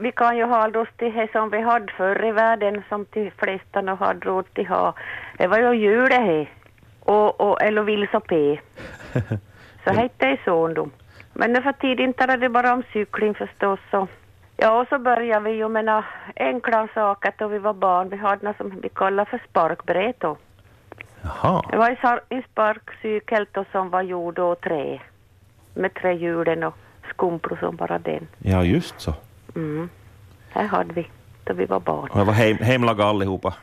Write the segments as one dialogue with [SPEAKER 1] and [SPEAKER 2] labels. [SPEAKER 1] vi kan ju ha rost till det som vi hade förr i världen som de flesta nu har rost till ha. Det var ju jul det här. Och, och, eller vilsopé. Så hette det så då. Men nu för tiden talar det bara om cykling förstås. Så. Ja, och så började vi ju med några enkla saker då vi var barn. Vi hade något som vi kallade för sparkbräd då.
[SPEAKER 2] Jaha.
[SPEAKER 1] Det var en sar- en sparkcykel då som var gjord av trä. Med trähjulen och skumpor som bara den.
[SPEAKER 2] Ja, just så.
[SPEAKER 1] Mm. Här hade vi då vi var barn.
[SPEAKER 2] Och det var hem, hemlaga allihopa.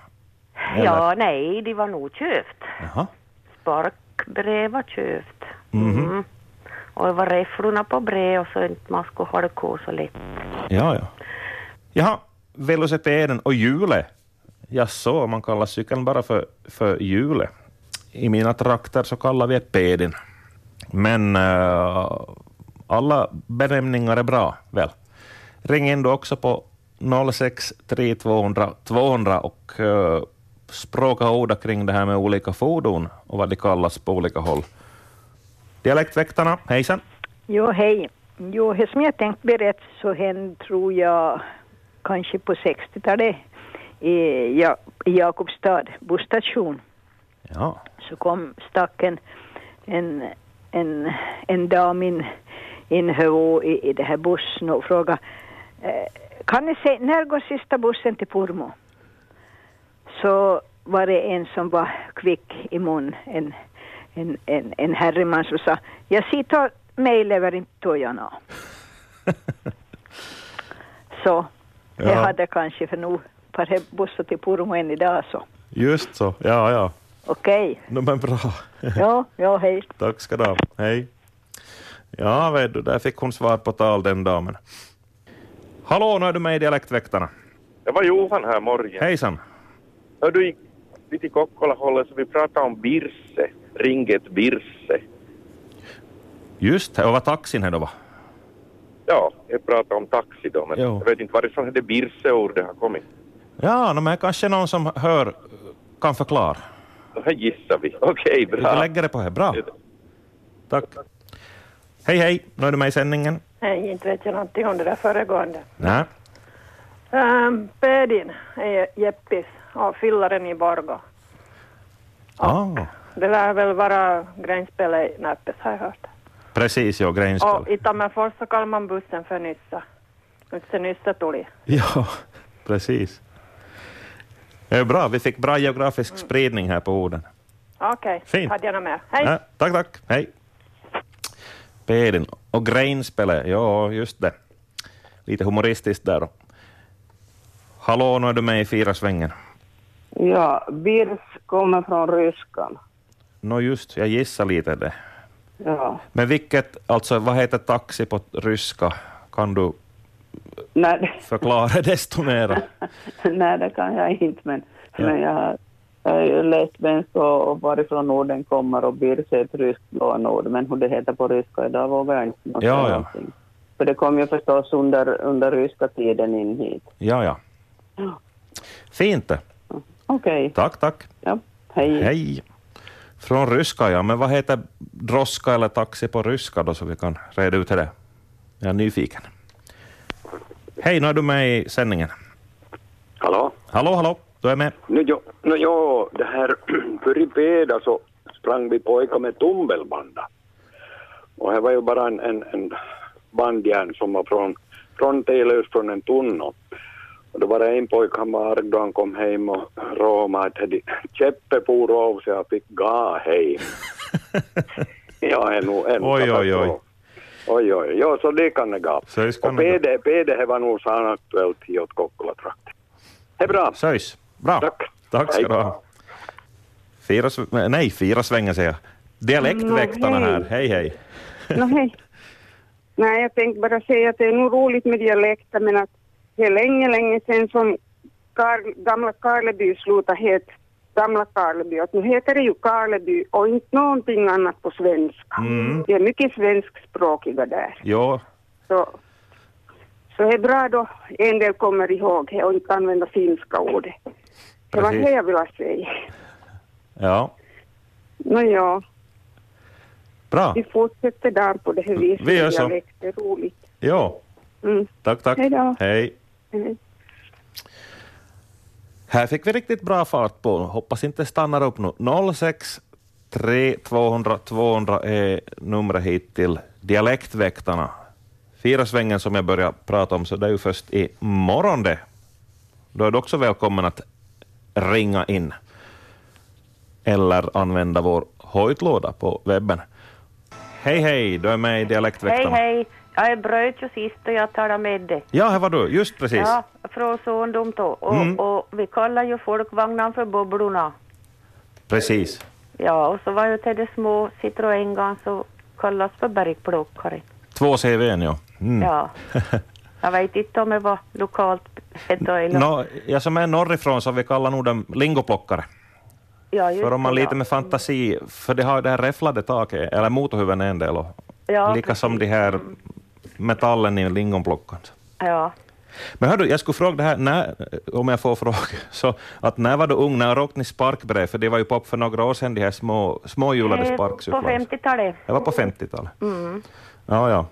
[SPEAKER 2] Eller?
[SPEAKER 1] Ja, nej, de var nog köpt.
[SPEAKER 2] Jaha.
[SPEAKER 1] Sparkbrev var köpt.
[SPEAKER 2] Mhm.
[SPEAKER 1] Mm. Och det var räfflorna på brev och så inte man skulle ha det kvar så lätt.
[SPEAKER 2] Ja, ja. Jaha, velocipeden och hjulet. Jag så man kallar cykeln bara för, för hjulet. I mina trakter så kallar vi det peden. Men eh, alla benämningar är bra, väl? Ring in då också på 063 200 200 och eh, språka och orda kring det här med olika fordon och vad de kallas på olika håll. Dialektväktarna, hejsan!
[SPEAKER 3] Jo, hej. Jo, det som jag tänkt berätta så hände, tror jag, kanske på 60-talet i ja- i Jakobstad busstation.
[SPEAKER 2] Ja,
[SPEAKER 3] Så kom, stack en, en, en, en dam in, in Hövå i, i det här bussen och frågade eh, kan ni säga, när går sista bussen till Pormo? Så var det en som var kvick i mun, en, en, en, en herreman som sa, jag sitter mig lever inte tojorna. så jag
[SPEAKER 2] Ja.
[SPEAKER 3] hade kanske för nog par he- bussar till Pormo än idag så.
[SPEAKER 2] just så. Ja, ja.
[SPEAKER 3] Okej,
[SPEAKER 2] No, men bra.
[SPEAKER 3] ja, ja, hej.
[SPEAKER 2] Tack ska du ha. Hej. Ja, vet du, där fick hon svar på tal den damen. Hallå, nu är du med i Dialektväktarna.
[SPEAKER 4] Det var Johan här morgon.
[SPEAKER 2] Hejsan.
[SPEAKER 4] Hör du, i- vi till Kokkola-hållet så vi pratade om Birse, ringet Birse.
[SPEAKER 2] Just det, och vad taxin här då var.
[SPEAKER 4] Ja, jag pratade om taxi då, men
[SPEAKER 2] Jo.
[SPEAKER 4] jag vet inte varifrån det Birse-ordet har kommit.
[SPEAKER 2] Ja, no, men kanske någon som hör eh, kan förklara.
[SPEAKER 4] Så här gissar vi. Okej,
[SPEAKER 2] Vi
[SPEAKER 4] bra.
[SPEAKER 2] lägger det på här. Bra. Tack. Hej, hej. Nu är du med i sändningen.
[SPEAKER 5] Nej, inte vet jag någonting om det där föregående.
[SPEAKER 2] Nej.
[SPEAKER 5] Um, Pedin är Jeppis och fyllaren i Borgå.
[SPEAKER 2] Ah,
[SPEAKER 5] Det lär väl vara gränsspelet i Närpes har jag hört.
[SPEAKER 2] precis, ja,
[SPEAKER 4] Ah.
[SPEAKER 5] Och
[SPEAKER 2] gränspel.
[SPEAKER 5] i Tammerfors så kallar man bussen för Nyssa. Nyt se Nyssa tuli.
[SPEAKER 2] Ja, precis. Det är bra, vi fick bra geografisk spridning här på orden.
[SPEAKER 5] Okej,
[SPEAKER 2] Fint.
[SPEAKER 5] hade jag något mer? Hej!
[SPEAKER 2] Ja, tack, tack. Hej. Pedin och grainspelet, ja just det. Lite humoristiskt där då. Hallå, nu är du med i Fyra svängen.
[SPEAKER 6] Ja, birs kommer från ryskan.
[SPEAKER 2] Nå No just, jag gissar lite det.
[SPEAKER 6] Ja.
[SPEAKER 2] Men vilket, alltså vad heter taxi på ryska? Kan du
[SPEAKER 6] Nej,
[SPEAKER 2] förklara desto mera?
[SPEAKER 6] nej, det kan jag inte, men,
[SPEAKER 2] Ja.
[SPEAKER 6] men jag, har- jag har ju läst svenska och och varifrån orden kommer och birs är ett ryskt lånord, men hur det heter på ryska idag vågar jag inte säga
[SPEAKER 2] Ja, ja.
[SPEAKER 6] någonting. För det kom ju förstås under, under ryska tiden in hit.
[SPEAKER 2] Ja, ja.
[SPEAKER 6] Ja.
[SPEAKER 2] Fint det.
[SPEAKER 6] Okej,
[SPEAKER 2] Tack, tack.
[SPEAKER 6] ja, hej.
[SPEAKER 2] Hej. Från ryska, ja. Men vad heter droska eller taxi på ryska då, så vi kan reda ut det? Jag är nyfiken. Hej, nu är du med i sändningen.
[SPEAKER 7] Hallå?
[SPEAKER 2] Hallå, hallå, du är med.
[SPEAKER 7] Nu No jo, nu jo det här förr i fredag så sprang vi pojkar med tumbelbanda. Och det var ju bara en, en, en bandjärn som var från, från Telös från en tunna. Och då var det en pojke, han var arg då han kom hem och råmade att hade- käppen for av sig och fick gå hem. ja, en, en
[SPEAKER 2] Oj, oj, oj.
[SPEAKER 7] Oj, oj, ja, så det kan det gå.
[SPEAKER 2] Så det ska
[SPEAKER 7] Och
[SPEAKER 2] det gå.
[SPEAKER 7] PD, PD det var nog sann aktuellt i åt Kokkolatrakten. Det är bra.
[SPEAKER 2] Söjs. Bra.
[SPEAKER 7] Tack.
[SPEAKER 2] Tack ska
[SPEAKER 7] Hej.
[SPEAKER 2] du ha. Fyra, sv- nej, fyra svängar säger jag. Dialektväktarna
[SPEAKER 6] Nå, Mm, hej.
[SPEAKER 2] här. Hej, hej.
[SPEAKER 6] Nå, hej. Nej, jag tänkte bara säga att det är nog roligt med dialekter men att det är länge, länge sedan som Kar- gamla Karleby slutade heta Gamla Karleby. Att nu heter det ju Karleby och inte någonting annat på svenska.
[SPEAKER 2] Mm.
[SPEAKER 6] Det är mycket svenskspråkiga där.
[SPEAKER 2] Jo,
[SPEAKER 6] Så, så det är bra då en del kommer ihåg det och inte använder finska ordet. Det var
[SPEAKER 2] Precis.
[SPEAKER 6] det jag ville säga.
[SPEAKER 2] ja.
[SPEAKER 6] Nåja,
[SPEAKER 2] Bra.
[SPEAKER 6] vi fortsätter där på det här viset.
[SPEAKER 2] Mm. Vi gör så.
[SPEAKER 6] Dialekt är roligt.
[SPEAKER 2] Jo.
[SPEAKER 6] Mm.
[SPEAKER 2] Tack, tack.
[SPEAKER 6] Hej då.
[SPEAKER 2] Hej. Här fick vi riktigt bra fart på. Hoppas inte stannar upp nu. 06 3 200 200 är numret hit till Dialektväktarna. Fyra svängen som jag börjar prata om, så det är ju först i morgon det. Då är du också välkommen att ringa in eller använda vår hojtlåda på webben. Hej, hej, du är med i
[SPEAKER 1] Hej,
[SPEAKER 2] Dialektväktarna.
[SPEAKER 1] hej. Ja, jag bröt ju sist och jag talade med dig.
[SPEAKER 2] Ja, här var du, just precis.
[SPEAKER 1] Ja, från Sondom då. Och,
[SPEAKER 2] Mm.
[SPEAKER 1] och vi kallar ju folkvagnan för bubblorna.
[SPEAKER 2] Precis.
[SPEAKER 1] Ja, och så var ju till de små citroengan så kallas för bergplockare.
[SPEAKER 2] Två CVn, ja. Mm.
[SPEAKER 1] Ja. Jag vet inte om det var lokalt heter eller...
[SPEAKER 2] Nå, jag som är norrifrån så vi kallar nog dem lingoplockare.
[SPEAKER 1] ja, just
[SPEAKER 2] För om man
[SPEAKER 1] det,
[SPEAKER 2] lite med fantasi, för det har det här räfflade taket, eller motorhuven är en del, och
[SPEAKER 1] Ja,
[SPEAKER 2] lika som de här metallen i lingonplockan.
[SPEAKER 1] ja. ja.
[SPEAKER 2] Men hördu, jag skulle fråga det här, när, om jag får fråga, så att när var du ung, när råkade ni sparkbräd? För det var ju pop för några år sedan, de här små, småhjulade
[SPEAKER 1] Eh, På
[SPEAKER 2] sparkcyklarna.
[SPEAKER 1] 50-talet.
[SPEAKER 2] Det var på 50-talet.
[SPEAKER 1] Mm.
[SPEAKER 2] Ja, ja.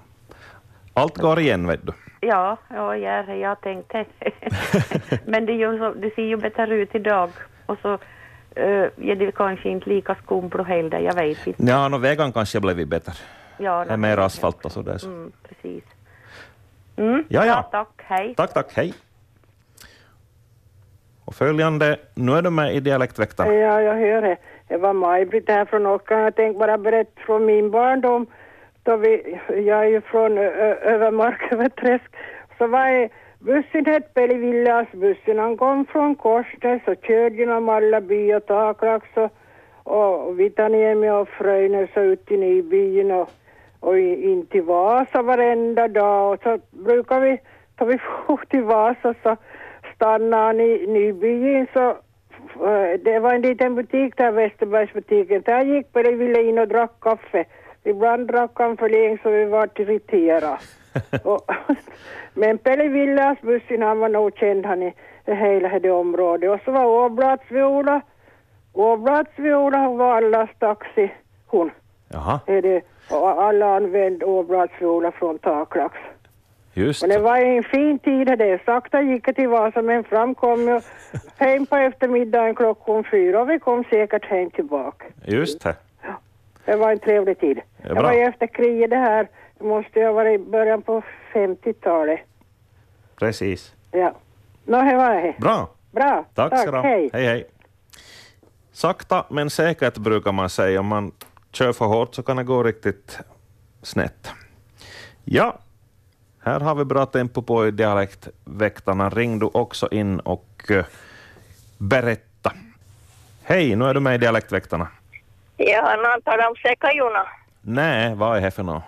[SPEAKER 2] Allt går igen, vet du.
[SPEAKER 1] Ja, ja, jag, jag tänkte. Men det, är ju så, det ser ju bättre ut idag. Och så eh, är det kanske inte lika skumplo heller, jag vet inte.
[SPEAKER 2] Ja, no, vägen kanske blivit bättre.
[SPEAKER 1] Ja,
[SPEAKER 2] Det är mer asfalt och sådär. Så.
[SPEAKER 1] mm, precis. Mm,
[SPEAKER 2] Ja, ja.
[SPEAKER 1] tack, hej.
[SPEAKER 2] Tack, tack, hej. Och följande, nu är du med i Dialektväktarna.
[SPEAKER 5] Ja, jag hör det. Det var Maj-Britt här från Ockan. Jag tänkte bara berätta från min barndom. Då vi, jag är ju från ö, Övermark, Överträsk. Så var det, bussen hette Pelivillasbussen. Han kom från Korsnäs och körde genom alla by och Taklax och, och Vitaniemi och Fröjnäs och ut till Nybyn och, och i- in till Vasa varenda dag. Och så brukar vi, då vi for till Vasa så stannade han i Nybyn så Eh, det var en liten butik där, Västerbergsbutiken. Där gick vi, ville in och drack kaffe. Ibland drack han för länge så vi var irriterade. och, men Pelle Villas bussen, han var nog känd han i hela det området. Och så var Åblads-Viola. Åblads-Viola var allas taxi, hon.
[SPEAKER 2] Jaha,
[SPEAKER 5] Är det, och alla använde Åblads-Viola från taklax.
[SPEAKER 2] just
[SPEAKER 5] Eh, Men det
[SPEAKER 2] det.
[SPEAKER 5] var en fin tid det. där. Sakta gick det till Vasa men fram kom jag hem på eftermiddagen klockan fyra och vi kom säkert hem tillbaka.
[SPEAKER 2] Just det.
[SPEAKER 5] Det var en trevlig tid.
[SPEAKER 2] Ja,
[SPEAKER 5] Det
[SPEAKER 2] bra.
[SPEAKER 5] var ju efter kriget det här. Det måste ju ha varit i början på 50-talet.
[SPEAKER 2] Precis.
[SPEAKER 5] Ja. Nå, det var det.
[SPEAKER 2] Bra.
[SPEAKER 5] Bra.
[SPEAKER 2] Tack ska du ha.
[SPEAKER 5] Hej.
[SPEAKER 2] Hej, hej. Sakta men säkert brukar man säga. Om man kör för hårt så kan det gå riktigt snett. Ja, här har vi bra tempo på i Dialektväktarna. Ring du också in och eh, berätta. Hej, nu är du med i Dialektväktarna.
[SPEAKER 8] Ja, när han talar om säkajuna.
[SPEAKER 2] Nej, vad är det för något?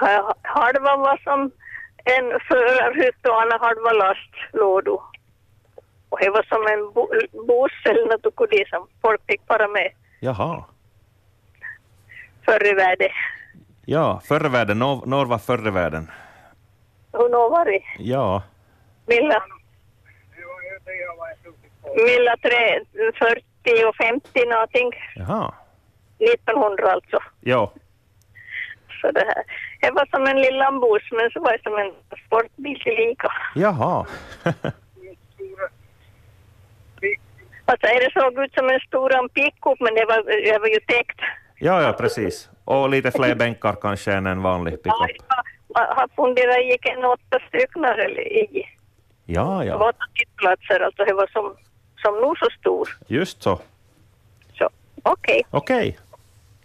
[SPEAKER 8] Ha- Halva var som en förarhytt och andra halva lastlådor. Och det var som en bo- buss eller något och det som folk fick bara med
[SPEAKER 2] Jaha.
[SPEAKER 8] förr i världen.
[SPEAKER 2] Ja, förr i världen. Norr, norr var förr i världen.
[SPEAKER 8] Hur nå var det?
[SPEAKER 2] Ja,
[SPEAKER 8] Milla? Milla tre- 40 och 50 någonting.
[SPEAKER 2] jaha.
[SPEAKER 8] 1900 alltså.
[SPEAKER 2] Ja,
[SPEAKER 8] Så det här. Det var som en liten buss men så var det som en sportbil tillika.
[SPEAKER 2] jaha.
[SPEAKER 8] Alltså det såg ut som en stor en pickup men det var, det var ju täckt.
[SPEAKER 2] ja, ja, precis. Och lite fler bänkar kanske än en vanlig pickup.
[SPEAKER 8] Jag har funderat, gick en åtta stycken eller i.
[SPEAKER 2] Ah, Ja,
[SPEAKER 8] Det var
[SPEAKER 2] ja,
[SPEAKER 8] åtta sittplatser, alltså det var som, som nog så stor.
[SPEAKER 2] just så.
[SPEAKER 8] Så okej,
[SPEAKER 2] Okej,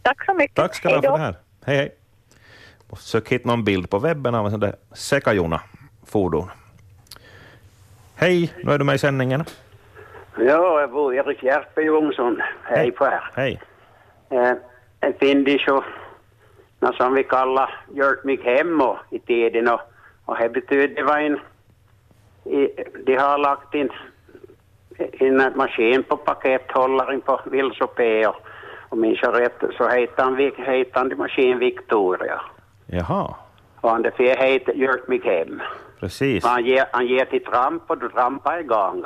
[SPEAKER 8] tack så mycket.
[SPEAKER 2] tack ska du
[SPEAKER 8] Hej då.
[SPEAKER 2] ha för det här. Hej, hej. Måste Försök hitta någon bild på webben av en sån där Sekajuna-fordon. Hej, nu är du med i sändningen.
[SPEAKER 9] Joo, jag bor Erik Järpe Jonsson. Hej på er.
[SPEAKER 2] Hej.
[SPEAKER 9] Eh, En finnish och något som vi kallar Hjörtmikhem i tiden och, och det betyder det var en... I, de har lagt in en maskin på pakethållaren på Vilsopé och om minns jag rätt så heter han, Vic- heter han maskin Victoria.
[SPEAKER 2] Jaha,
[SPEAKER 9] Och han det för heter Hjörtmikhem.
[SPEAKER 2] precis.
[SPEAKER 9] Men han ger, han ger till tramp och då trampar i gången.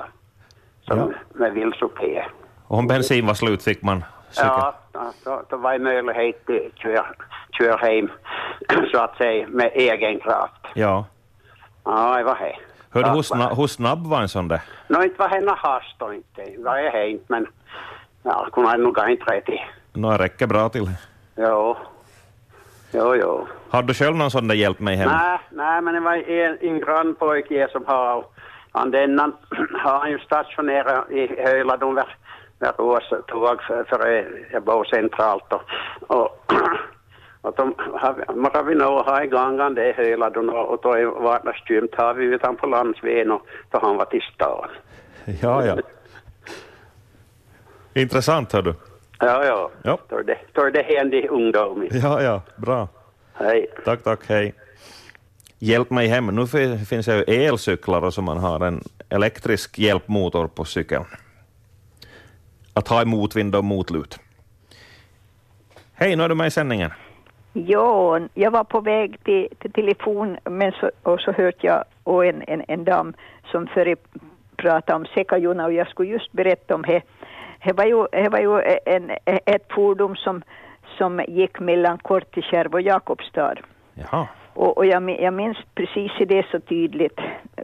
[SPEAKER 9] Som
[SPEAKER 2] Ja.
[SPEAKER 9] med Vilsopé.
[SPEAKER 2] Och om bensin var slut fick man cykel.
[SPEAKER 9] Ja, då, då var det möjlighet till kör, kör hem så att säga med egen kraft.
[SPEAKER 2] Ja.
[SPEAKER 9] Ja, det var det.
[SPEAKER 2] Hörde, hur, sna, hur snabb var en sån där?
[SPEAKER 9] Nå, inte var henne hasto inte. Vad är det inte, men ja, kunde han nog inte rätt i.
[SPEAKER 2] Nå, det räcker bra till.
[SPEAKER 9] Jo. Jo, jo.
[SPEAKER 2] Har du själv någon sån där hjälpt mig hem?
[SPEAKER 9] Nej, nej, men det var en, en grannpojke som har han denna har han ju stationerat i Höjladon vid vid Åståg för, för jag bor centralt och, och, och de har, måste vi nog ha igång han det i Höjladon och, och då i vardagsstumt har vi ut han på landsvägen och då han var till stan.
[SPEAKER 2] Ja, ja. Intressant, hör du.
[SPEAKER 9] Ja, ja.
[SPEAKER 2] Ja.
[SPEAKER 9] Då är det, då är det händig ungdom.
[SPEAKER 2] Ja, ja, bra.
[SPEAKER 9] Hej.
[SPEAKER 2] Tack, tack, hej. Hjälp mig hem. Nu fi- finns det ju elcyklar och så man har en elektrisk hjälpmotor på cykeln. Att ha i motvind och motlut. Hej, nu är du med i sändningen.
[SPEAKER 3] Ja, jag var på väg till, till telefon men så, och så hörde jag och en, en, en dam som före pratade om sekajuna och jag skulle just berätta om det. Det var ju, det var ju en, ett fordon som, som gick mellan Kortikärv och Jakobstad.
[SPEAKER 2] Jaha.
[SPEAKER 3] Och, och jag, mi- jag minns precis i det så tydligt,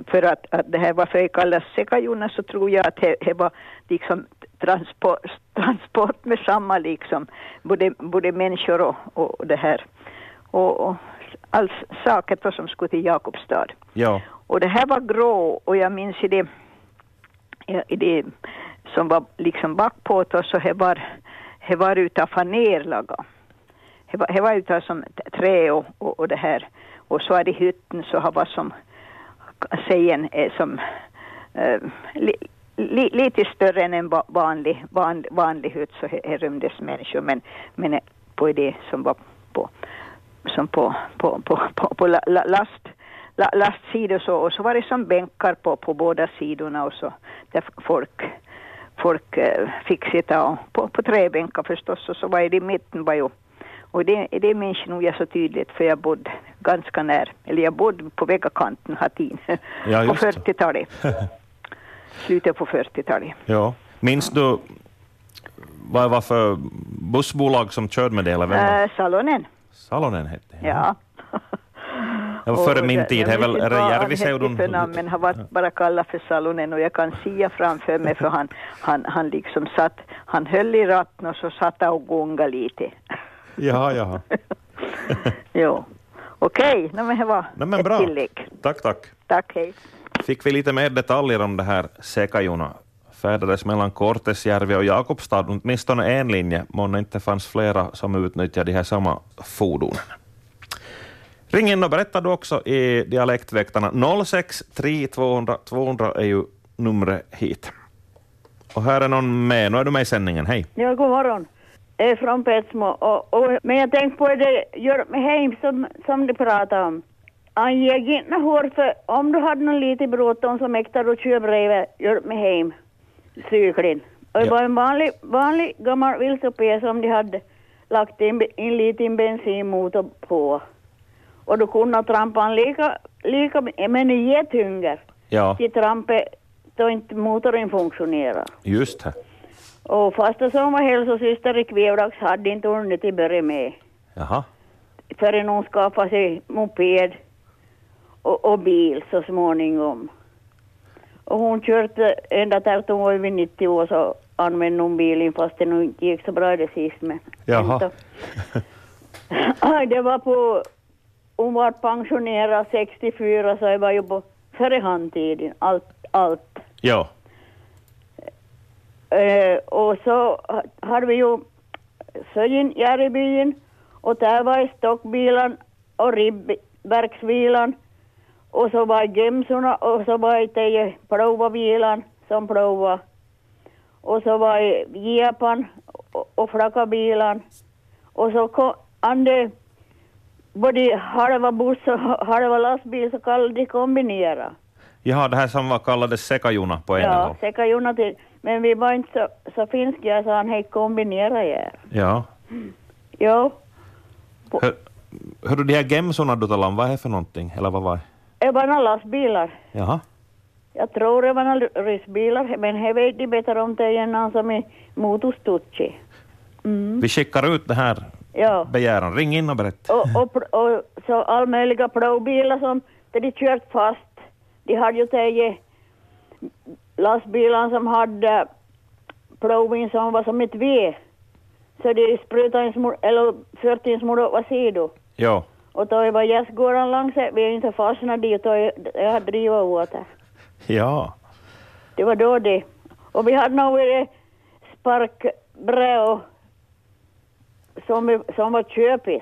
[SPEAKER 3] för att, att det här varför det kallas sekajuna så tror jag att det, det var liksom transport, transport med samma liksom, både, både människor och, och det här. Och, och allt saker då som skulle till Jakobstad.
[SPEAKER 2] Ja.
[SPEAKER 3] Och det här var grå och jag minns i det, i det som var liksom bakpåt och så det var, det var utav fanerlaga. Det var, det var utav som t- trä och, och, och det här. Och så är det hytten så har var som, sägen är som eh, li, li, lite större än en va- vanlig, van, vanlig hytt så det det rymdes människor men, men eh, på det som var på, som på, på, på, på, på la, la, last la- lastsidor så, och så var det som bänkar på, på båda sidorna och så där folk, folk eh, fick sitta och, på, på träbänkar förstås och så var det i mitten var ju och det, det minns jag nog jag så tydligt för jag bodde ganska nära, eller jag bodde på vägkanten Hatin
[SPEAKER 2] Ja,
[SPEAKER 3] på
[SPEAKER 2] just det.
[SPEAKER 3] 40-talet, slutet på 40-talet.
[SPEAKER 2] ja. Minns du vad det var för bussbolag som körde med det? Eller vem var?
[SPEAKER 3] Äh, Salonen,
[SPEAKER 2] Salonen hette det.
[SPEAKER 3] ja.
[SPEAKER 2] Det var före
[SPEAKER 3] Och
[SPEAKER 2] min
[SPEAKER 3] jag-
[SPEAKER 2] tid.
[SPEAKER 3] jag
[SPEAKER 2] Det är
[SPEAKER 3] vet
[SPEAKER 2] väl
[SPEAKER 3] inte vad han
[SPEAKER 2] Järviseudun...
[SPEAKER 3] hette för namn, Men han var bara kallad för Salonen och jag kan sia framför mig för han, han, han liksom satt, han höll i ratten och så satt han och gungade lite.
[SPEAKER 2] Jaha, jaha.
[SPEAKER 3] Jo. Okej, nå men det var
[SPEAKER 2] Nej, men
[SPEAKER 3] ett
[SPEAKER 2] bra.
[SPEAKER 3] tillägg.
[SPEAKER 2] Tack, tack.
[SPEAKER 3] Tack, hej.
[SPEAKER 2] Fick vi lite mer detaljer om det här Sekajuna? Färdades mellan Kortesjärvi och Jakobstad, åtminstone en linje, månne inte fanns flera som utnyttjade de här samma fordonen. Ring in och berätta du också i dialektväktarna. 06 200 200 är ju numret hit. Och här är någon med. Nu är du med i sändningen. Hej.
[SPEAKER 10] Ja, god morgon. Jag är från Petsmo. Och, och, men jag tänkte på det Hjörmeheim eh, som, som du pratade om. Han gick inte hår för om du hade någon lite bråttom så mäktade du köra bredvid Hjörmeheim, cykeln. Och det
[SPEAKER 11] Ja.
[SPEAKER 10] var en vanlig, vanlig gammal vilsopé som de hade lagt in en liten bensinmotor på. Och då kunde trampan lika, lika men i jättehunger.
[SPEAKER 2] Ja,
[SPEAKER 10] Till trampet då inte motorn funktionerade.
[SPEAKER 2] just det.
[SPEAKER 10] Och fasta som var hälsosyster i Kvävlax hade inte hunnit i börja med
[SPEAKER 2] Jaha.
[SPEAKER 10] förrän hon skaffade sig moped och, och bil så småningom. Och hon körde ända tills hon var över 90 år så använde hon bilen fast det nog inte gick så bra det sist. Men
[SPEAKER 2] Jaha.
[SPEAKER 10] Aj, det var på... Hon var pensionerad 64 så det var ju på före handtiden. Allt, allt
[SPEAKER 2] Ja.
[SPEAKER 10] Eh, och så ha- hade vi ju Söjin, Järvbyn och där var Stockbilan och Ribbverksvilan och så var Jämsorna och så var det Plovavilan som plova och så var det Japan och, och Flakabilan och så kom ande både halva buss och halva lastbil så kallade de kombinera.
[SPEAKER 2] Jaha, det här som var kallades Sekajuna på en
[SPEAKER 10] Ja,
[SPEAKER 2] håll.
[SPEAKER 10] säkert Jonathan. Men vi var inte så, så finska så han hej kombinera er.
[SPEAKER 2] Ja.
[SPEAKER 10] Jo,
[SPEAKER 2] Hör, hör du de här gemsorna du talade om, vad är det för någonting? Eller vad var det?
[SPEAKER 10] det var några lastbilar.
[SPEAKER 2] Jaha.
[SPEAKER 10] Jag tror det var några ryssbilar, men det vet de bättre om det än han som är motorstutsig. Mm.
[SPEAKER 2] Vi skickar ut det här
[SPEAKER 10] Ja,
[SPEAKER 2] begäran. Ring in och berätta.
[SPEAKER 10] och, och, pl- och så allmöjliga plogbilar som där de kört fast de hade ju tagit lastbilen som hade plogning som var som ett V. Så de sprutade en smula, eller förde en smula åt sidor.
[SPEAKER 2] Jo.
[SPEAKER 10] Och då var gästgården långs, vi inte fastnat dit och jag hade drivit åt det.
[SPEAKER 2] Ja.
[SPEAKER 10] Det var då det. Och vi hade nog varit sparkbrä och som, vi, som var köpis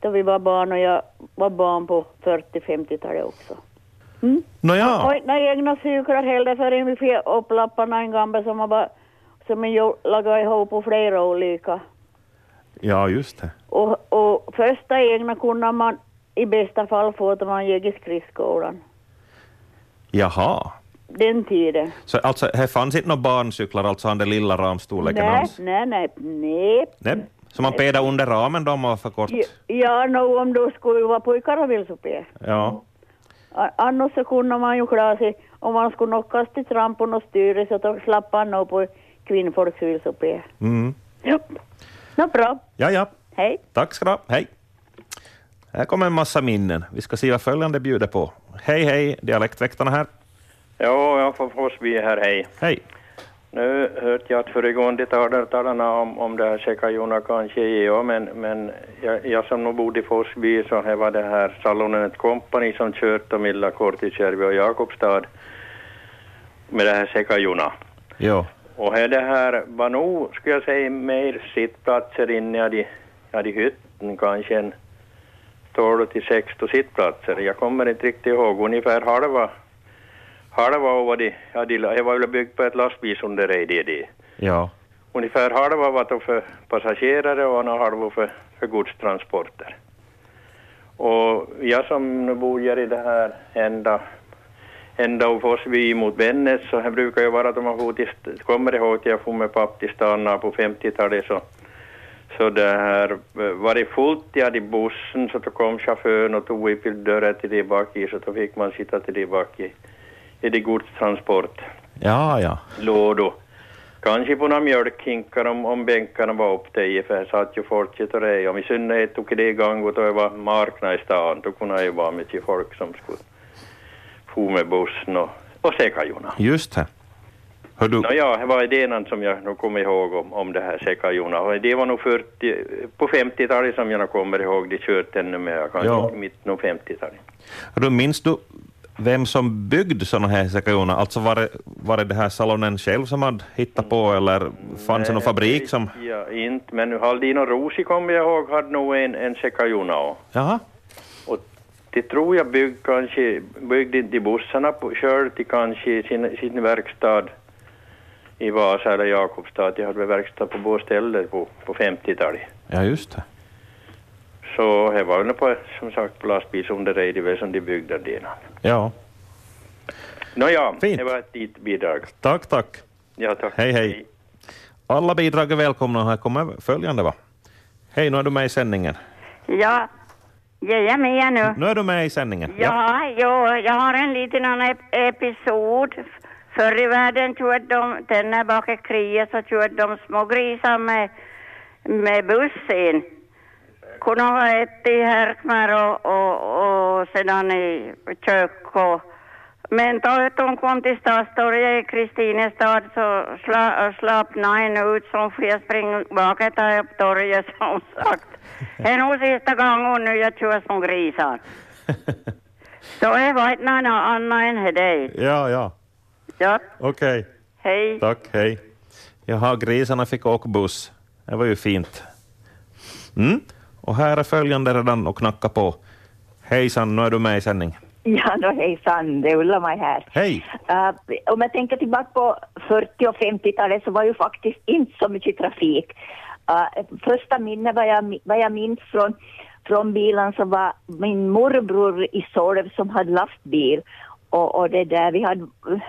[SPEAKER 10] då vi var barn och jag var barn på 40-50-talet också. Mm.
[SPEAKER 2] Nåja.
[SPEAKER 10] Och inte egna cyklar heller förrän vi fick upplapparna en gammal som man bara som jag lagade ihop på flera olika.
[SPEAKER 2] Ja, just det.
[SPEAKER 10] Och, och första egna kunde man i bästa fall få när man gick i skridskolan.
[SPEAKER 2] Jaha.
[SPEAKER 10] Den tiden.
[SPEAKER 2] Så alltså, här fanns inte några barncyklar, alltså han den lilla ramstorleken
[SPEAKER 10] nej,
[SPEAKER 2] alls?
[SPEAKER 10] nej, nej, nej.
[SPEAKER 2] Nej. Så man pedade under ramen då om man var för kort?
[SPEAKER 10] Ja, nog om du skulle vara pojkar och ville supera.
[SPEAKER 2] Ja.
[SPEAKER 10] A- Annars så kunde man ju klara sig om man skulle nog kasta i trampan och styra så då slapp man nog på kvinnfolks vilsopé.
[SPEAKER 2] Mm.
[SPEAKER 10] Nå bra,
[SPEAKER 2] Ja, ja.
[SPEAKER 10] hej.
[SPEAKER 2] Tack ska du ha. Hej. Här kommer en massa minnen. Vi ska se vad följande bjuder på. Hej, hej, dialektväktarna här.
[SPEAKER 11] Ja, jag från Forsby här, hej.
[SPEAKER 2] Hej.
[SPEAKER 11] Nu hörde jag att föregående talare talade om, om det här Sekajuna kanske ja, men, men jag, jag som nog bodde i Forsby så här var det här Salonet Company som kört om Milla Kortisjärvi och Jakobstad med det här Sekajuna.
[SPEAKER 2] Jo.
[SPEAKER 11] Och här det här var nog, skulle jag säga, mer sittplatser inne i hade- hade hytten, kanske en 12 till 16 sittplatser. Jag kommer inte riktigt ihåg, ungefär halva, halva var det, hade, jag var väl byggt på ett lastbilsunderrej det, det.
[SPEAKER 2] Ja.
[SPEAKER 11] Ungefär halva var då för passagerare och en halva för, för godstransporter. Och jag som nu bor här i det här ända, ända och Forsby mot Vännäs så här brukar jag vara att om man får till, st- kommer ihåg att jag får med papp till stan här på 50-talet så, så det här eh, var det fullt jag hade i bussen så då kom chauffören och tog upp i dörren till det bak i så då fick man sitta till det bak i, i det godstransport
[SPEAKER 2] Ja, ja.
[SPEAKER 11] lådor. Kanske på några mjölkhinkar om, om bänkarna var uppe i för här satt ju folk i torget. Om i synnerhet tog det igång och då jag var marknad i stan, då kunde jag ju vara med till folk som skulle få med bussen och, och sekajuna.
[SPEAKER 2] Just det. Hör du,
[SPEAKER 11] Nåja, det var idén som jag nog kommer ihåg om, om det här sekajuna. Och Det var nog 40, på 50-talet som jag nog kommer ihåg, det kört ännu mer, kanske
[SPEAKER 2] Ja.
[SPEAKER 11] mitten av 50-talet.
[SPEAKER 2] hör du, minns du vem som byggde sådana här Sekajuna? Alltså var det, var det det här salonen själv som hade hittat på eller fanns det någon
[SPEAKER 11] Nej,
[SPEAKER 2] fabrik som...
[SPEAKER 11] Ja, inte, men Haldin och Rosi kommer jag ihåg hade nog en, en sekajuna också.
[SPEAKER 2] Jaha.
[SPEAKER 11] Det tror jag bygg, kanske, byggde inte bussarna på, själv till kanske sin, sin verkstad i Vasa eller Jakobstad. Jag hade väl verkstad på båda ställen på, på 50-talet.
[SPEAKER 2] Ja, just det.
[SPEAKER 11] Så det var väl på, som sagt på lastbilsunderrej det väl som de byggde delen.
[SPEAKER 2] Ja.
[SPEAKER 11] Nåja, det var ett litet bidrag.
[SPEAKER 2] Tack, tack.
[SPEAKER 11] Ja, tack.
[SPEAKER 2] Hej, hej. Alla bidrag är välkomna och här kommer följande va? Hej, nu är du med i sändningen.
[SPEAKER 12] Ja, ja jag är med nu.
[SPEAKER 2] Nu är du med i sändningen.
[SPEAKER 12] Ja, ja, jag har en liten annan ep- episod. Förr i världen körde de, den där bak i kriget, så körde de små grisar med, med bussen. Kunde ha ett i Härkmar och, och, och sedan i kök och men då de kom till Stadstorget i Kristinestad så sla, slappnade en ut som får jag springa bakåt här upp torget som sagt. Det är nog sista gången nu jag kör som grisar. Så det var inte någon annan än dig.
[SPEAKER 2] Ja, ja.
[SPEAKER 12] Ja,
[SPEAKER 2] Okej.
[SPEAKER 12] hej.
[SPEAKER 2] Tack, hej. Jaha, grisarna fick åka buss. Det var ju fint. Mm. Och här är följande redan och knacka på. Hejsan, nu är du med i sändning.
[SPEAKER 13] Ja, då hejsan, det är Ulla-Maj här.
[SPEAKER 2] Hej!
[SPEAKER 13] Eh, om jag tänker tillbaka på 40 och 50-talet så var ju faktiskt inte så mycket trafik. Eh, första minne vad jag, vad jag minns från, från bilen så var min morbror i Solv som hade lastbil och, och det där, vi hade,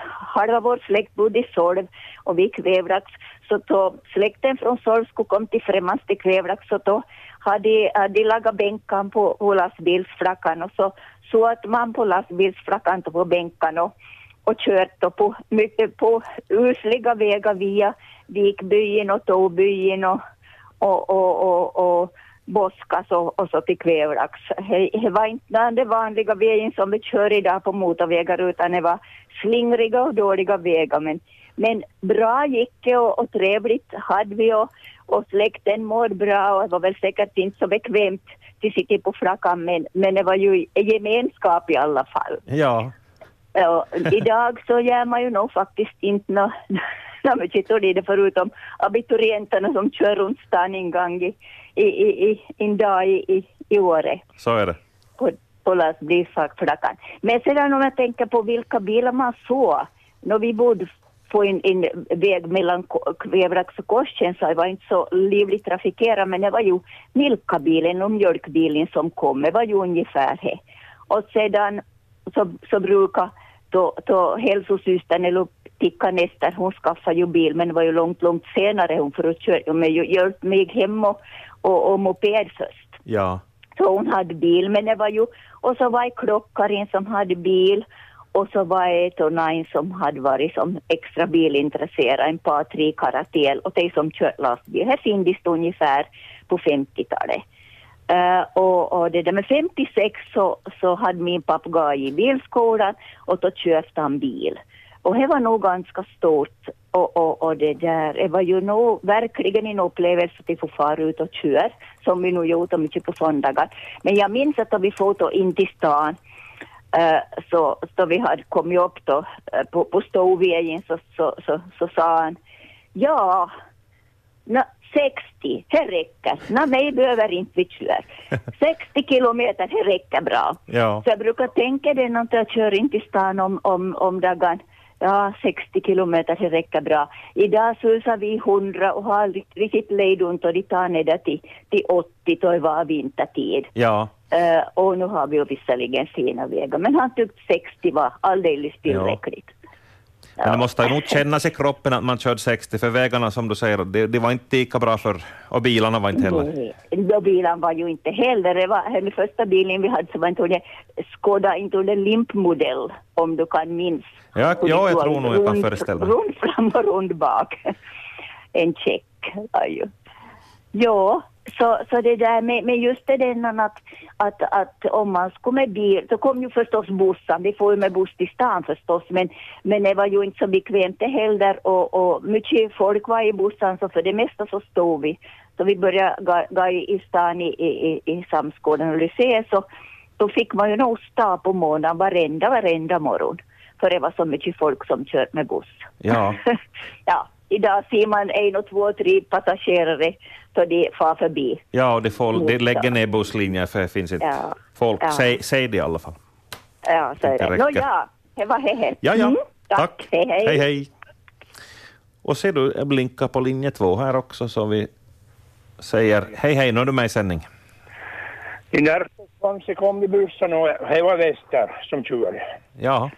[SPEAKER 13] halva vår släkt bodde i Solv och vi i Kvävrax. Så då släkten från Solv skulle komma till Främmans till Kvävrax så då hade, hade de lagat bänkan på, på lastbilsflackan och så så att man på lastbilsflackan och på bänkan och, och kört då på, mycket på usliga vägar via Vikbyen och Tåbyen och, och, och, och, och Båskas och, och så till Kvävlax. Det det var inte den där vanliga vägen som vi kör idag på motorvägar utan det var slingriga och dåliga vägar. Men, men bra gick det och, och trevligt hade vi och, och släkten mådde bra och det var väl säkert inte så bekvämt till sitta på flackan men, men det var ju gemenskap i alla fall.
[SPEAKER 2] Ja.
[SPEAKER 13] Ja, idag så gör man ju nog faktiskt inte nå- nå mycket åt det förutom abiturienterna som kör runt stan en gång i, i, i, i, en dag i, i, i året
[SPEAKER 2] Så är det.
[SPEAKER 13] på, på lastbilsflackan. Men sedan om jag tänker på vilka bilar man såg när vi bodde på en, en väg mellan Ko- Kvävlax och Korstjärnsö, det var inte så livligt trafikerat men det var ju milkabilen och mjölkbilen som kom, det var ju ungefär det. Och sedan så, så brukar då, då hälsosystern eller Tikka Nestor, hon skaffade ju bil men det var ju långt, långt senare hon för att köra, men ju hjälpte mig hem och, och, och moped först.
[SPEAKER 2] Ja.
[SPEAKER 13] Så hon hade bil, men det var ju... Och så var det klockarin som hade bil och så var det ett och nine som hade varit som extra bilintresserad, en par tre karatel och de som kört lastbil. Här finns det ungefär på 50-talet. Eh, och, och det där med 56 så, så hade min pappa gått i bilskolan och då köpte han bil. Och det var nog ganska stort och, och, och det där, det var ju nog verkligen en upplevelse att vi får fara ut och köra som vi nu gjort och mycket på söndagar. Men jag minns att då vi får då in till stan eh, så, så vi hade kommit upp då eh, på, på Storvägen så, så, så, så sa han ja, nå, 60, det räcker. Nå, mig behöver inte vi köra. 60 kilometer, det räcker bra.
[SPEAKER 2] Ja.
[SPEAKER 13] Så jag brukar tänka det när jag kör in till stan om, om, om dagen. Ja, 60 kilometer, det räcker bra. Idag susar vi 100 och har aldrig riktigt lejdont och det tar ner till, till 80 då det var vintertid.
[SPEAKER 2] Ja.
[SPEAKER 13] Eh, och nu har vi ju visserligen fina vägar, men han tyckte 60 var alldeles tillräckligt.
[SPEAKER 2] Men det måste nog kännas i kroppen att man körde 60, för vägarna som du säger, de, de var inte lika bra för och bilarna var inte heller.
[SPEAKER 13] Då bilen var ju inte heller, det var den första bilen vi hade så var inte den Skoda, inte den limpmodell om du kan minnas.
[SPEAKER 2] Ja, ja, jag tror nog jag kan
[SPEAKER 13] Rund-
[SPEAKER 2] föreställa mig.
[SPEAKER 13] Rund fram och rund bak. En check var ju. Ja, så, så det där med, med just det där att, att, att om man skulle med bil, så kom ju förstås bussen, vi får ju med buss till stan förstås, men, men det var ju inte så bekvämt det heller och, och mycket folk var i bussen så för det mesta så stod vi. Så vi började gå- gå i i stan i, i, i, i Samskolan och Lycée så då fick man ju nog stå på morgonen varenda, varenda morgon. För det var så mycket folk som körde med buss.
[SPEAKER 2] Ja.
[SPEAKER 13] Ja, idag ser man en och två, tre passagerare då de far förbi.
[SPEAKER 2] Ja, och de, får, de lägger ner busslinjer för det finns inte
[SPEAKER 13] Ja.
[SPEAKER 2] folk.
[SPEAKER 13] Ja.
[SPEAKER 2] Säg, säg det i alla fall.
[SPEAKER 13] Ja, så är
[SPEAKER 2] Det
[SPEAKER 13] det.
[SPEAKER 2] räcker.
[SPEAKER 13] Nå ja, det var hehe.
[SPEAKER 2] Ja, ja.
[SPEAKER 13] Mm,
[SPEAKER 2] tack.
[SPEAKER 13] Hej, hej.
[SPEAKER 2] Hej, hej. Och ser du, jag blinkar på linje två här också, så vi säger hej, hej, nu är du med i sändning.
[SPEAKER 14] I Närkesvanse kom de bussen och det var Väster som körde.
[SPEAKER 2] Ja,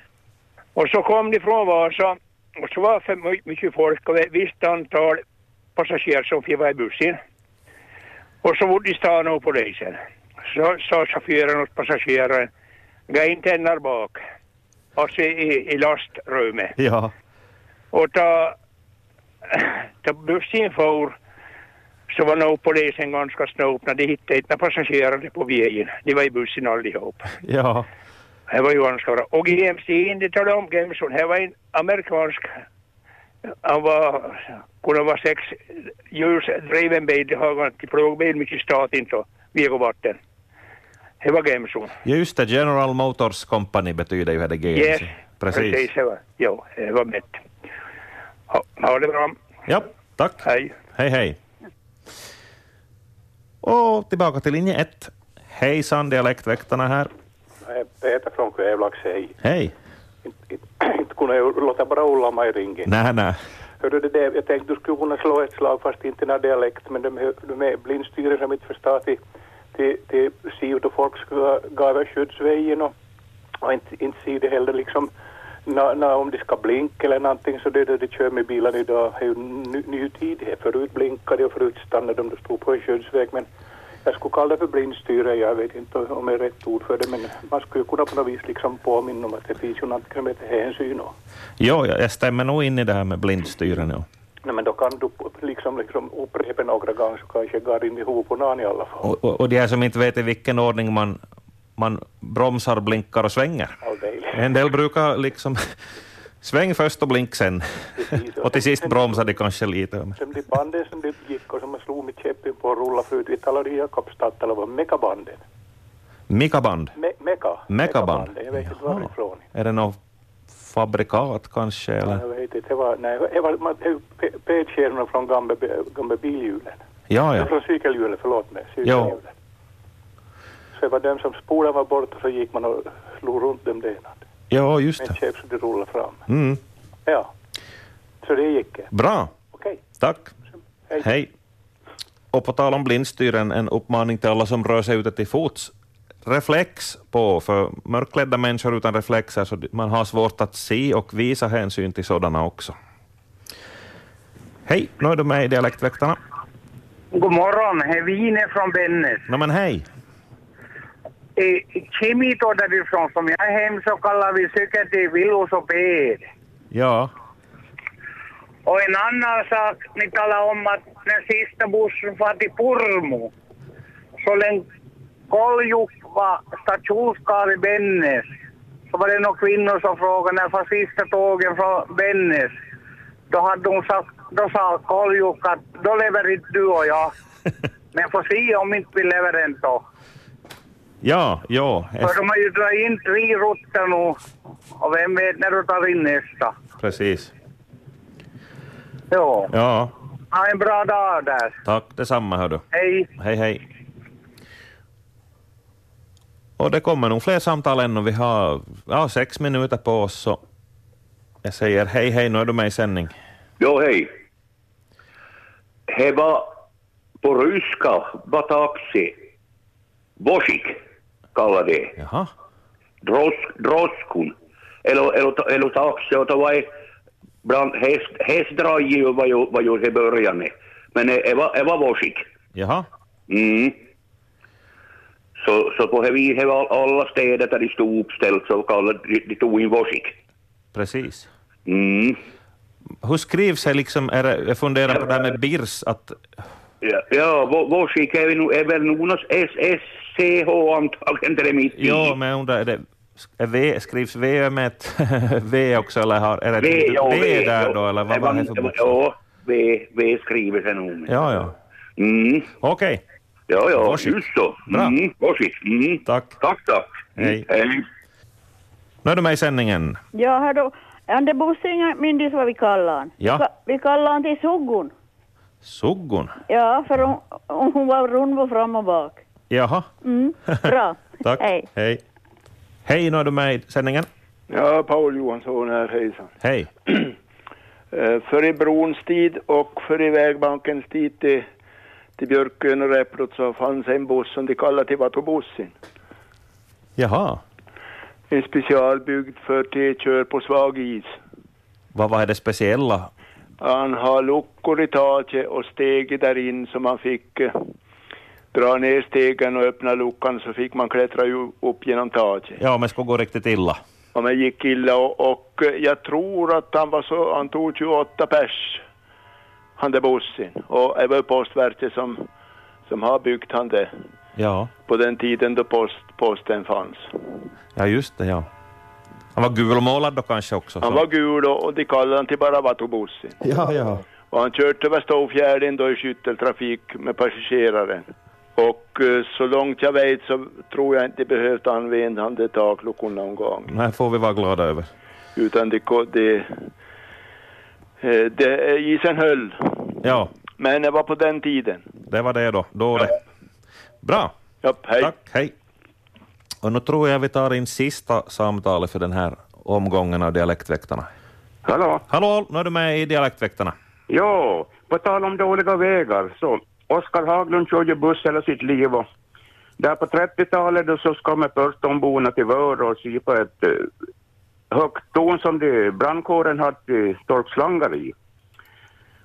[SPEAKER 14] Och så kom de från Vasa och så var för my- mycket folk och ett visst antal passagerare som fick vara i bussen. Och så borde de stanna och polisen. Så sa chauffören åt passageraren, gå in tänderna bak, alltså i, i lastrummet.
[SPEAKER 2] ja,
[SPEAKER 14] Och då, då bussen for så var nog polisen ganska snåp när de hittade inte passagerare på vägen. De var i bussen allihop.
[SPEAKER 2] ja.
[SPEAKER 14] Det var ju ganska bra. Och GMC, det talade om Gemson, det var en amerikansk, han var, kunde vara sex hjulsdriven bil, det har gått till plogbil, mycket statin och vegovatten. Det var Gemson.
[SPEAKER 2] Just det, General Motors Company betyder ju det GMC.
[SPEAKER 14] Yes,
[SPEAKER 2] Precis.
[SPEAKER 14] det var, jo, det var bättre. Ha, ha det bra.
[SPEAKER 2] Ja, tack.
[SPEAKER 14] Hej.
[SPEAKER 2] Hej, hej. Och tillbaka till linje ett. Hejsan, dialektväktarna här.
[SPEAKER 15] Nej, Peter från Kvävlax, hej.
[SPEAKER 2] Hej.
[SPEAKER 15] Inte kunde jag låta bara Ulla mig ringa.
[SPEAKER 2] Nä, nä.
[SPEAKER 15] Hörru, det där, jag tänkte du skulle kunna slå ett slag, fast inte när dialekt, men de, de är blindstyren som inte förstår till, till, till Siv då folk ska gå över skyddsvägen och, och inte, inte ser det heller liksom na, na, om de ska blinka eller någonting så det är det de kör med bilarna idag. Det är ju ny, ny tid här. Förut blinkade de och förut stannade de, de stod på en skyddsväg, men jag skulle kalla det för blindstyre, jag vet inte om det är rätt ord för det, men man skulle ju kunna på något vis liksom påminna om att det finns ju någonting som heter hänsyn och
[SPEAKER 2] Jo, jag jag stämmer nog in i det här med blindstyre nu.
[SPEAKER 15] Nej, men då kan du liksom, liksom upprepa några gånger så kanske går in i hoporna i alla fall.
[SPEAKER 2] Och, och, och de här som inte vet i vilken ordning man, man bromsar, blinkar och svänger. En del brukar liksom sväng först och blink sen. Och till sist bromsar de kanske lite.
[SPEAKER 15] Sen de banden som det gick och som jag slog med käppen på och rullade förut, vi talade i Jakobstad, talade om mekabanden.
[SPEAKER 2] Mikaband,
[SPEAKER 15] Me meka.
[SPEAKER 2] Mekaband.
[SPEAKER 15] mekabanden, Jag vet inte varifrån.
[SPEAKER 2] är det något fabrikat kanske? Eller?
[SPEAKER 15] Jag vet inte, det var, nej, det var man- det är ju pe- pekstjärnorna från gamla, gamla bilhjulen.
[SPEAKER 2] Ja, ja.
[SPEAKER 15] Från cykelhjulen, förlåt mig. Cykelhjulen.
[SPEAKER 2] Jo.
[SPEAKER 15] Så det var den som spolen var bort och så gick man och slog runt dem där.
[SPEAKER 2] ja, just
[SPEAKER 15] Med
[SPEAKER 2] det.
[SPEAKER 15] en käpp så det rullade fram.
[SPEAKER 2] Mm.
[SPEAKER 15] Ja. Så det gick.
[SPEAKER 2] Bra.
[SPEAKER 15] Okej.
[SPEAKER 2] Tack.
[SPEAKER 15] Hej.
[SPEAKER 2] Hej. Och på tal om blindstyren, en uppmaning till alla som rör sig ute till fots. Reflex på, för mörkklädda människor utan reflexer, så man har svårt att se och visa hänsyn till sådana också. Hej, nu är du med i Dialektväktarna.
[SPEAKER 16] God morgon, här är Vine från Bennes.
[SPEAKER 2] No, men hej.
[SPEAKER 16] Eh, Kemi då därifrån, som jag är hem så kallar vi cykeln till vilosoped.
[SPEAKER 2] Ja,
[SPEAKER 16] Och en annan sak, ni talar om att den sista bussen var till Purmo. Så länge Koljuk var stationskar i Bennes så var det några kvinnor som frågade när var sista tågen från Bennes. Då hade hon sagt, då sa Koljuk att då lever inte du och jag. Men får se om inte vi lever ändå.
[SPEAKER 2] ja, ja.
[SPEAKER 16] För de har ju dragit in oh, tre rutter nu och vem vet när du tar in nästa.
[SPEAKER 2] Precis.
[SPEAKER 16] Ja,
[SPEAKER 2] Ja,
[SPEAKER 16] ha en bra dag där.
[SPEAKER 2] tack detsamma hör du.
[SPEAKER 16] Hej!
[SPEAKER 2] Hej, hej. Och det kommer nog fler samtal ännu. Vi har ja, sex minuter på oss, så jag säger hej, hej, nu är du med i sändning.
[SPEAKER 17] Jo, hej. Det var på ryska bataksi. Vosik kallar det.
[SPEAKER 2] Jaha.
[SPEAKER 17] Drosk, droskun. Eller, eller, eller taxi. Och det var ju bland häst, hästdrag ju var ju, var ju det början. Men det det var, det var vosik.
[SPEAKER 2] Jaha.
[SPEAKER 17] Mm. Så, så på det viset var alla städer där de stod uppställt så kallade de, de tog in vosik.
[SPEAKER 2] Precis.
[SPEAKER 17] Mm.
[SPEAKER 2] Hur skrivs det liksom? Är det, jag funderar på det här med birs, att
[SPEAKER 17] Ja, ja vår, vår skick är, vi nog- är väl Nonas SSCH antagligen till det mitt i.
[SPEAKER 2] ja, men jag undrar, är det, är v, skrivs V med ett V också, eller har, är det ett
[SPEAKER 17] V, ja, V,
[SPEAKER 2] där
[SPEAKER 17] ja.
[SPEAKER 2] då, eller vad
[SPEAKER 17] Det
[SPEAKER 2] var
[SPEAKER 17] var-
[SPEAKER 2] det för
[SPEAKER 17] det var-
[SPEAKER 2] bokstav?
[SPEAKER 17] Ja, V, v skriver sig nog.
[SPEAKER 2] Ja, ja.
[SPEAKER 17] Mm.
[SPEAKER 2] Okej.
[SPEAKER 17] Ja, ja,
[SPEAKER 2] Varsågod.
[SPEAKER 17] just så.
[SPEAKER 2] Bra.
[SPEAKER 17] Mm, varsågod. Mm.
[SPEAKER 2] Tack.
[SPEAKER 17] Tack, tack. Mm,
[SPEAKER 2] Hej.
[SPEAKER 17] Hej.
[SPEAKER 2] Nu är du med i sändningen.
[SPEAKER 10] Ja, hördu, ande bussingen mindes vad vi kallar han.
[SPEAKER 2] Ja.
[SPEAKER 10] Ka- Vi kallar han till Suggun.
[SPEAKER 2] Suggun.
[SPEAKER 10] Ja, för hon, hon var rund på fram och bak.
[SPEAKER 2] Jaha.
[SPEAKER 10] Mm, bra.
[SPEAKER 2] Tack.
[SPEAKER 10] Hej.
[SPEAKER 2] Hej. Hej, nu är du med i sändningen.
[SPEAKER 18] Ja, Paul Johansson här, hejsan.
[SPEAKER 2] Hej.
[SPEAKER 18] Eh, För i brons tid och för i vägbankens tid till, till Björkön och Räpplot så fanns en buss som de kallade Tivatobussin.
[SPEAKER 2] Jaha.
[SPEAKER 18] En specialbyggd för till kör på svag is.
[SPEAKER 2] Vad var det speciella?
[SPEAKER 18] Han har luckor i taket och steget där in så man fick eh, dra ner stegen och öppna luckan så fick man klättra ju upp genom taket.
[SPEAKER 2] Ja, men skulle gå riktigt illa.
[SPEAKER 18] Ja, men gick illa och, och eh, jag tror att han var så, han tog 28 pers, han där bussen. Och det var ju postverket som, som har byggt han det
[SPEAKER 2] Ja,
[SPEAKER 18] på den tiden då post, posten fanns.
[SPEAKER 2] ja just det, ja. Han var gulmålad då kanske också.
[SPEAKER 18] Han
[SPEAKER 2] så.
[SPEAKER 18] var gul och, och de kallade han till Baravatobussen.
[SPEAKER 2] Ja, ja.
[SPEAKER 18] Och han körde över Ståfjärden då i skytteltrafik med passagerare. Och eh, så långt jag vet så tror jag inte behövt använda han det taklockorna någon gång.
[SPEAKER 2] Det här får vi vara glada över.
[SPEAKER 18] Utan det, ko- det, eh, det, isen höll.
[SPEAKER 2] Ja,
[SPEAKER 18] Men det var på den tiden.
[SPEAKER 2] det var det då. Då det. Bra.
[SPEAKER 18] Ja, hej.
[SPEAKER 2] Tack, hej. Och nu tror jag vi tar in sista samtalet för den här omgången av Dialektväktarna.
[SPEAKER 19] Hallå?
[SPEAKER 2] Hallå, nu är du med i Dialektväktarna.
[SPEAKER 19] Ja, på tal om dåliga vägar så Oskar Haglund körde buss hela sitt liv och där på 30-talet då så ska med Pörtonborna till Vörå och sy på ett eh, högt torn som de, brandkåren hade eh, torkslangar i.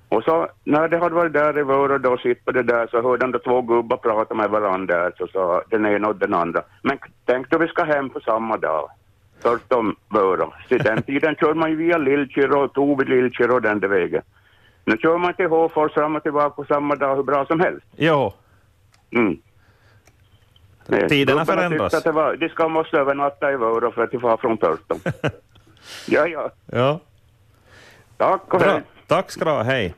[SPEAKER 19] Och så när de hade varit där i Vörå då och sitt på det där så hörde de då två gubbar prata med varandra där så sa den ena och den andra men tänk då vi ska hem på samma dag. Pörton Vörå. Så den tiden körde man ju via Lillkyrå och Tove Lillkyrå den där vägen. Nu kör man till Hofors fram och tillbaka på samma dag hur bra som helst.
[SPEAKER 2] Jo.
[SPEAKER 19] Mm.
[SPEAKER 2] Tiderna
[SPEAKER 19] Gubbarna
[SPEAKER 2] förändras.
[SPEAKER 19] tyckte Att det var, de ska måste övernatta i Vörå för att de far från Pörton. ja, ja.
[SPEAKER 2] Ja.
[SPEAKER 19] Tack och
[SPEAKER 2] hej. Tack ska du ha, hej.